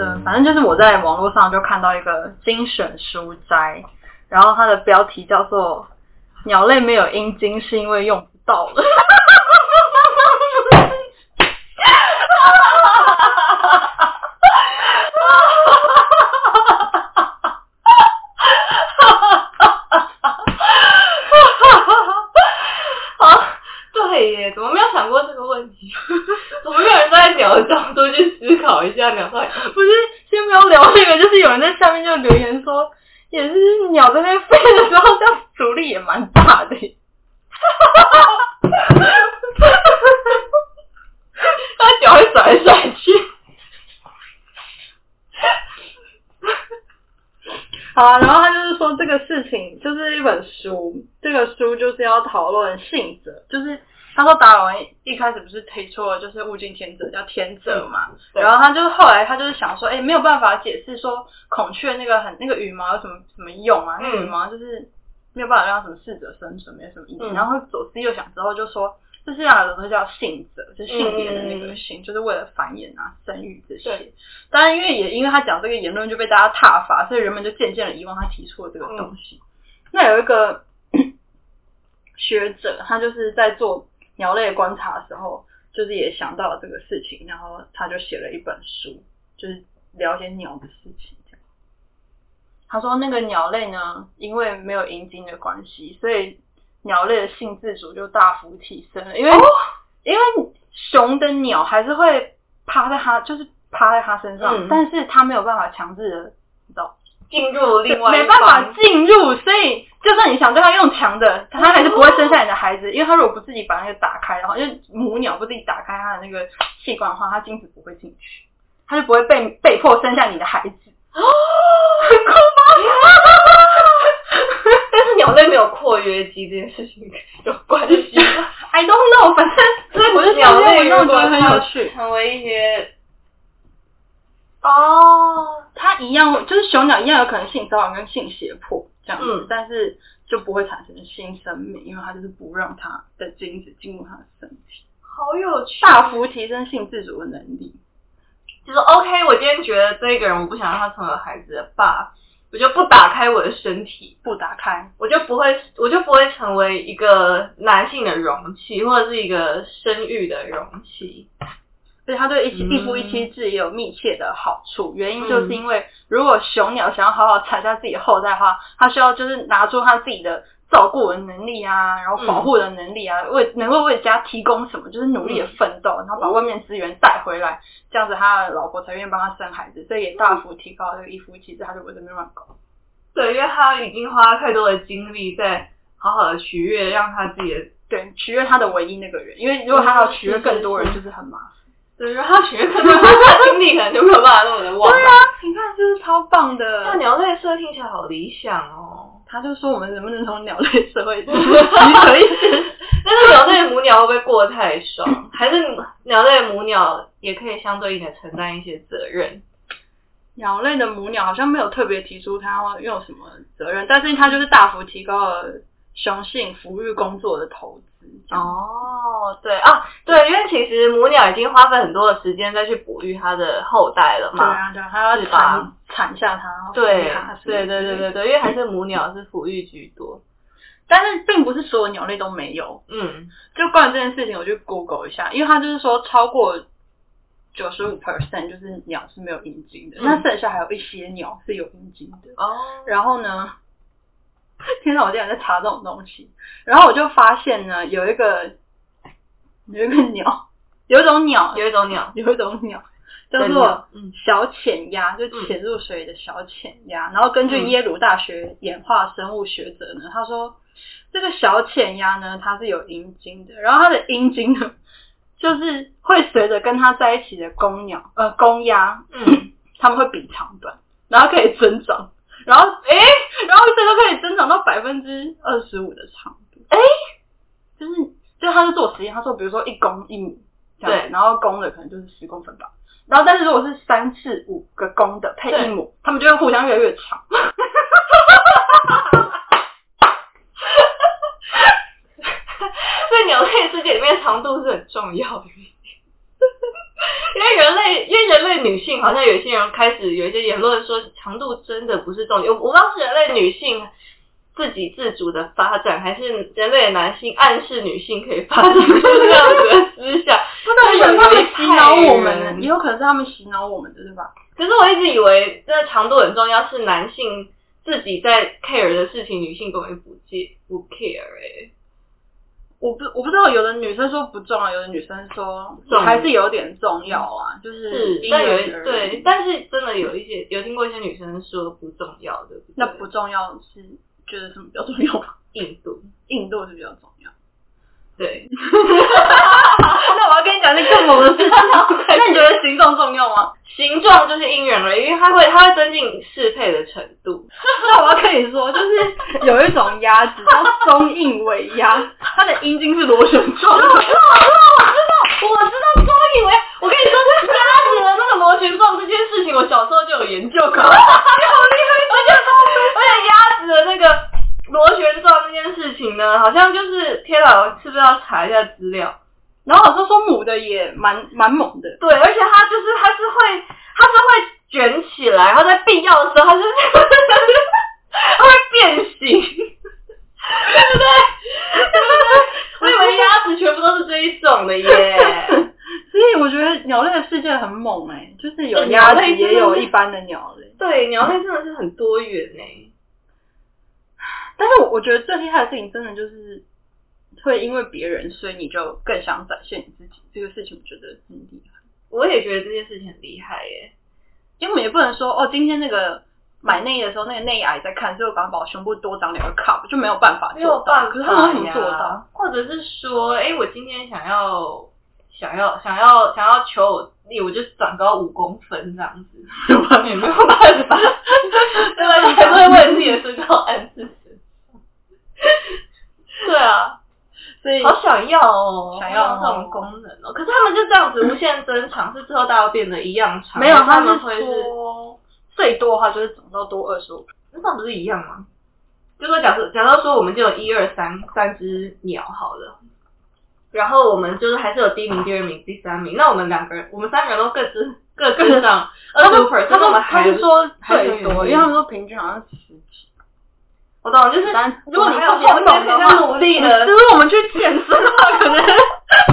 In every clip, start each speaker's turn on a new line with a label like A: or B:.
A: 嗯，反正就是我在网络上就看到一个精选书斋，然后它的标题叫做“鸟类没有阴茎是因为用不到了”。
B: 啊，对耶，怎么没有想过这个问题？ 怎么没有人在鸟的角度去思考一下 鸟到底？
A: 不是，先不要聊这个，就是有人在下面就留言说，也是鸟在那飞的时候，这样阻力也蛮大的耶。
B: 它脚会甩来甩去。
A: 好啊，然后他就是说这个事情就是一本书，这个书就是要讨论性责，就是他说达尔文一开始不是推出了就是物竞天择叫天择嘛，
B: 嗯对
A: 然后他就是后来他就是想说，哎，没有办法解释说孔雀那个很那个羽毛有什么什么用啊，那个
B: 嗯
A: 羽毛就是没有办法让什么适者生存，没有什么意义。
B: 嗯
A: 然后左思右想之后就说。这世界上有东西叫性择，就是性别的那个
B: 嗯
A: 性，就是为了繁衍啊、生育这些。
B: 对
A: 当然，因为也因为他讲这个言论就被大家挞伐，所以人们就渐渐的遗忘他提出的这个东西。那有一个 学者，他就是在做鸟类观察的时候，就是也想到了这个事情，然后他就写了一本书，就是了解鸟的事情。这样他说，那个鸟类呢，因为没有阴茎的关系，所以鸟类的性自主就大幅提升了。因为、因为雄的鸟还是会趴在它，就是趴在它身上，
B: 嗯
A: 但是它没有办法强制的，你知道，
B: 进入另外一
A: 没办法
B: 方
A: 进入，所以就算你想对它用强的，它还是不会生下你的孩子，因为它如果不自己把那个打开的话，因为母鸟不自己打开它的那个器官的话，它精子不会进去，它就不会被被迫生下你的孩子。很酷吗
B: 但是鸟类没有括约肌这件事情有关系 吗？
A: ？I don't know，反 正我就
B: 鸟类
A: 我
B: 如
A: 觉
B: 果
A: 得很
B: 它
A: 有趣。
B: 成为一些哦，
A: 它一样，就是雄鸟一样有可能性骚扰跟性胁迫这样子，
B: 嗯
A: 但是就不会产生新生命，因为它就是不让它的精子进入它的身体，
B: 好有趣哦。
A: 大幅提升性自主的能力。
B: 就说 OK，我今天觉得这个人我不想让他成为孩子的爸，我就不打开我的身体，
A: 不打开，
B: 我就不会，我就不会成为一个男性的容器，或者是一个生育的容器。
A: 所以它对一妻
B: 嗯
A: 一夫一妻制也有密切的好处。原因就是因为，如果雄鸟想要好好产下自己的后代的话，它需要就是拿出它自己的照顾的能力啊，然后保护的能力啊，为能够为家提供什么，就是努力的奋斗，然后把外面资源带回来，这样子他的老婆才愿意帮他生孩子，所以也大幅提高这个一夫一妻制，他就不会这边乱搞。
B: 对，因为他已经花太多的精力在好好的取悦，让他自己的，
A: 对，取悦他的唯一那个人，因为如果他要取悦更多人，
B: 嗯
A: 就是很麻烦。
B: 对，让他取悦更多，他的精力可能就没有办法那么的旺。对啊，
A: 你 看，这是超棒的
B: 像啊鸟类社听起来好理想哦。
A: 他就说我们能不能从鸟类社 会取得一 些？
B: 但是鸟类母鸟会不会过太爽？还是鸟类母鸟也可以相对应的承担一些责任？
A: 鸟类的母鸟好像没有特别提出它要有什么责任，但是它就是大幅提高了雄性抚育工作的投资。这样，
B: 哦，对啊，对，因为其实母鸟已经花费很多的时间再去哺育它的后代了
A: 对
B: 嘛。
A: 啊，对啊，它要
B: 是吧
A: 产产下它，然后抚育
B: 对啊
A: 它，
B: 对对对对。对，因为还是母鸟是抚育居多。
A: 但是并不是所有鸟类都没有。
B: 嗯，
A: 就关于这件事情，我去 Google 一下，因为它就是说超过九十五 percent 就是鸟是没有阴茎的，
B: 嗯
A: 那剩下还有一些鸟是有阴茎的。
B: 哦，
A: 然后呢， 天哪，我竟然在查这种东西。然后我就发现呢，有一个有一个 鸟，有一种鸟，
B: 有一种鸟
A: 有一种鸟叫
B: 对
A: 做
B: 鸟嗯
A: 小浅鸭，就潜入水的小浅鸭。然后根据
B: 嗯
A: 耶鲁大学演化生物学者呢，他说这个小浅鸭呢，它是有阴茎的，然后它的阴茎呢，就是会随着跟它在一起的公鸟呃公鸭，
B: 嗯，
A: 它们会比长短，然后可以增长，然后诶、然后最多可以增长到百分之二十五的长度，诶、就是就他是做实验，他说比如说一公一母这样子，
B: 对
A: 然后公的可能就是十公分吧，然后但是如果是三至五个公的配一
B: 对
A: 母，它们就会互相越来越长，
B: 所以鸟类世界里面长度是很重要的，因为人类类，因为人类女性好像有些人开始有一些言论说强度真的不是重点，我我不知道是人类女性自给自足的发展，还是人类男性暗示女性可以发展出这样子的思想。
A: 不能
B: 有
A: 是
B: 一
A: 他们洗脑
B: 派
A: 我们
B: 人
A: 的，也有可能是他们洗脑我们的，对吧？
B: 可是我一直以为这强度很重要，是男性自己在 care 的事情，女性根本不介不 care 哎、
A: 我不我不知道，有的女生说不重要，有的女生说
B: 重
A: 还是有点重要啊，就是因
B: 嗯但有一
A: 人而异
B: 对，但是真的有一些有听过一些女生说不重要的，
A: 那不重要是觉得什么比较重要 吧？
B: 印度
A: 印度是比较重要。
B: 对，
A: 那我要跟你讲那更猛的事情， 那你觉得行动重要吗？
B: 形状就是因人而异，因为它会它会增进适配的程度。
A: 那我要跟你说，就是有一种鸭子叫中印尾鸭， 它的阴茎是螺旋状的。
B: 我知道中以为我跟你说，鸭子的那个螺旋状这件事情，我小时候就有研 究过。而且鸭子的那个螺旋状这件事情呢，好像就是天哪，我是不是要查一下资料？
A: 然后好像说母的也蛮蛮猛的，
B: 对，而且它就是它是会它是会卷起来，然后在必要的时候它是它会变形，对不对？对不对？ 我以为鸭子全部都是这一种的 耶。
A: 所以我觉得鸟类的世界很猛哎、就是有
B: 对
A: 鸭
B: 鸟
A: 子
B: 类真的
A: 也有
B: 是
A: 一般的鸟类。
B: 对，鸟类真的是很多元欸呢、
A: 但是我我觉得最厉害的事情，真的就是会因为别人，所以你就更想展现你自己。这个事情我觉得很厉害，
B: 我也觉得这件事情很厉害耶、
A: 因为我们也不能说哦，今天那个买内衣的时候，那个内衣阿姨在看，所以我赶快把我胸部多长两个 cup，就没有办法啊
B: 没
A: 做
B: 有
A: 到。
B: 办法
A: 可是他们为什么做到？
B: 呀？或者是说，哎、我今天想要想要想要想要求我力，我就长高五公分这样 子，
A: 啊
B: 也没有办法， 对吧？你还是会为自己的身高暗自神伤。 对啊，
A: 所以
B: 好想要哦，
A: 想要哦
B: 这种功能哦。可是他们就这样子无限增长，是之后大家变得一样长，
A: 没有，
B: 还是
A: 他
B: 他
A: 们
B: 们会是
A: 说最多的话就是长到多二十五。
B: 那这样不是一样吗？就说假设假设说我们就有一二三三只鸟好了，然后我们就是还是有第一名、第二名、第三名，那我们两个人，我们三个人都各自各自上 二
A: 他
B: 十
A: 们
B: 五 p e r
A: 他
B: 我们
A: 们
B: 还
A: 他是说最
B: 还
A: 多，
B: 是
A: 因为他们说平均好像十几。
B: 我懂，就是
A: 但
B: 如果你
A: 还有
B: 后面
A: 后面
B: 在
A: 的话
B: 努力 了，
A: 就是我们去健身的话，可能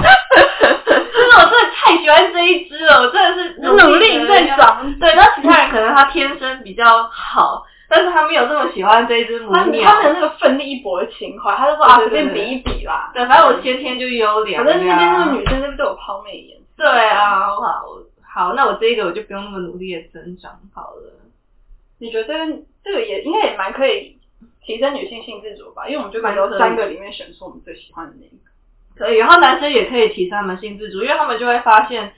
B: 就是我真的太喜欢这一只了，我真的是
A: 努力
B: 地
A: 在
B: 要。
A: 长
B: 对，那其他人可能他天生比较好，但是他没有这么喜欢这一只母
A: 他们
B: 鸟
A: 他。们那个奋力一搏的情怀，他就说
B: 对
A: 啊，
B: 对
A: 随便
B: 对
A: 比一比啦。
B: 对，反正我先天就优良呀。
A: 反正那边那个女生是不是对我抛媚眼？
B: 对啊，好好，那我这一个我就不用那么努力的增长好了。
A: 你觉得这个这个也应该也蛮可以提升女性性自主吧？因为我们就可以
B: 蛮可
A: 由
B: 以
A: 三个里面选出我们最喜欢的那一个。
B: 可以，然后男生也可以提升他们性自主，因为他们就会发现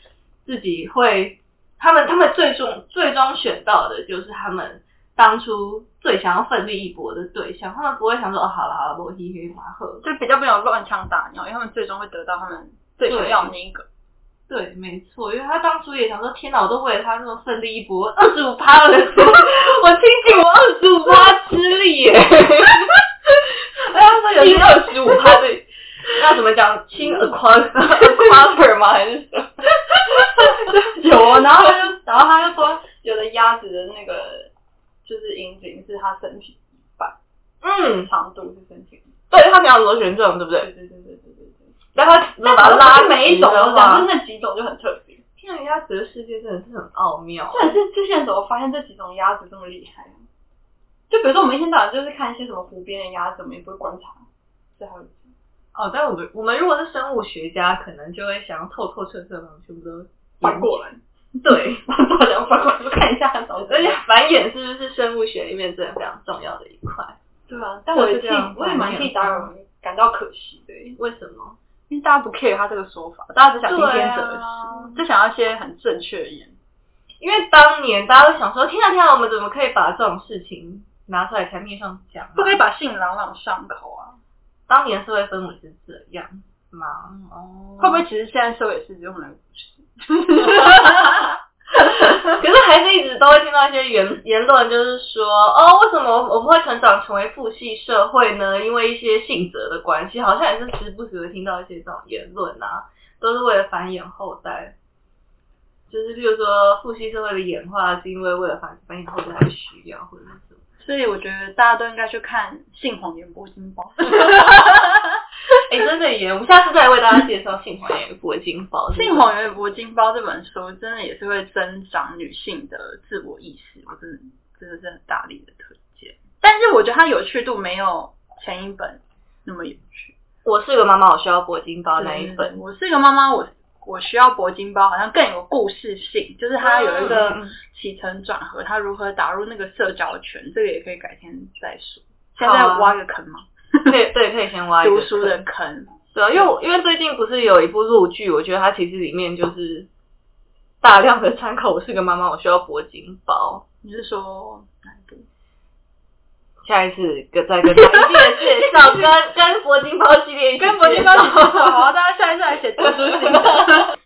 B: 自己会，他们他们最终最终选到的就是他们当初最想要奋力一搏的对象，他们不会想说哦，好了好了，我嘿嘿马赫。
A: 就比较没有乱枪打鸟，因为他们最终会得到他们最想要的那一个。
B: 对，没错，因为他当初也想说，天哪，我都为了他那么奋力一搏，二十五趴了， 我倾尽我二十五趴之力 耶。哎，他说有
A: 亲
B: 二十五趴 的，那怎么讲？亲 a quarter quarter 吗？还是什么？
A: 有啊，然后他就然后他就说，有的鸭子的那个就是阴茎是它身体一半，
B: 嗯，
A: 长度是身体。
B: 对他讲螺旋状，对不
A: 对
B: 对？
A: 对对对对对对。
B: 但他如果把它
A: 但
B: 拉
A: 是每一
B: 直
A: 种
B: 的
A: 都这样，
B: 话
A: 就，那几种就很特别。
B: 天啊，鸭子的世界真的是很奥妙。
A: 但是这些人怎么发现这几种鸭子这么厉害啊？就比如说我们一天到晚就是看一些什么湖边的鸭子，我们也不会观察，这还有
B: 哦，但我们我们如果是生物学家，可能就会想要透透彻彻把我们全部都
A: 翻过来，
B: 对。
A: 把大家翻过来就看一下它长怎么
B: 而且
A: 样。
B: 繁衍是不是生物学里面真的非常重要的一块？
A: 对啊，但我
B: 就是
A: 也替
B: 这样
A: 我也蛮替达尔文感到可惜的耶，
B: 为什么？
A: 因为大家不 care 他这个说法，大家只想听
B: 对
A: 天
B: 啊
A: 择时，只想要一些很正确的言。
B: 因为当年大家都想说，天啊天啊，我们怎么可以把这种事情拿出来台面上讲啊、
A: 不可以把性朗朗上口啊！
B: 当年社会氛围是这样吗？哦，
A: 会不会？其实现在社会也是这种人？
B: 可是还是一直都会听到一些言言论，就是说，哦，为什么我们会成长成为父系社会呢？因为一些性择的关系，好像也是时不时会听到一些这种言论啊，都是为了繁衍后代。就是譬如说父系社会的演化是因为为了繁繁衍后代的需要，或者是什么。
A: 所以我觉得大家都应该去看《性谎言铂金 包》
B: 哎、真的耶！我们下次再为大家介绍性谎言与铂金包。
A: 《性谎言铂金包》这本书真的也是会增长女性的自我意识，我真的真的是很大力的推荐。但是我觉得它有趣度没有前一本那么有趣。
B: 我是个妈妈，我需要铂金包那一本。
A: 对我是个妈妈，我我需要铂金包，好像更有故事性，就是它有一个
B: 嗯
A: 起承转合，它如何打入那个社交圈，这个也可以改天再说。
B: 好
A: 现
B: 啊
A: 在挖个坑嘛，
B: 对对，可以先挖一
A: 读
B: 个
A: 书的坑。
B: 对啊，因为我因为最近不是有一部陆剧，我觉得它其实里面就是大量的参考。我是个妈妈，我需要铂金包。
A: 你是说哪一部？
B: 下一次跟再跟大家一起介 绍，跟跟铂金包系列一起
A: 跟铂金包
B: 介
A: 一起
B: 绍
A: 介绍好，大家下一次来写读书心得。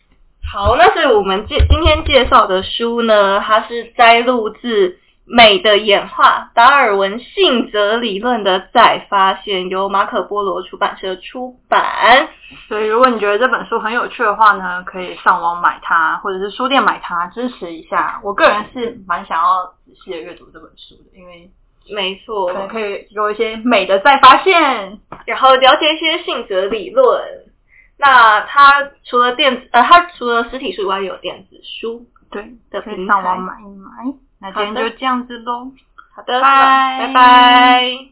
B: 好，那所以我们介今天介绍的书呢，它是摘录自《美的演化：达尔文性则理论的再发现》，由马可波罗出版社出版。
A: 所以，如果你觉得这本书很有趣的话呢，可以上网买它，或者是书店买它，支持一下。我个人是蛮想要仔细的阅读这本书的，因为
B: 没错
A: 可，能可以有一些美的再发现。
B: 然后了解一些性格理论。那它除了电子呃，它除了实体书以外，也有电子书
A: 对，
B: 的
A: 可以
B: 平
A: 上网
B: 台。
A: 买一买。那
B: 好
A: 今天
B: 的
A: 就这样子喽。
B: 好的，
A: 拜
B: 拜拜。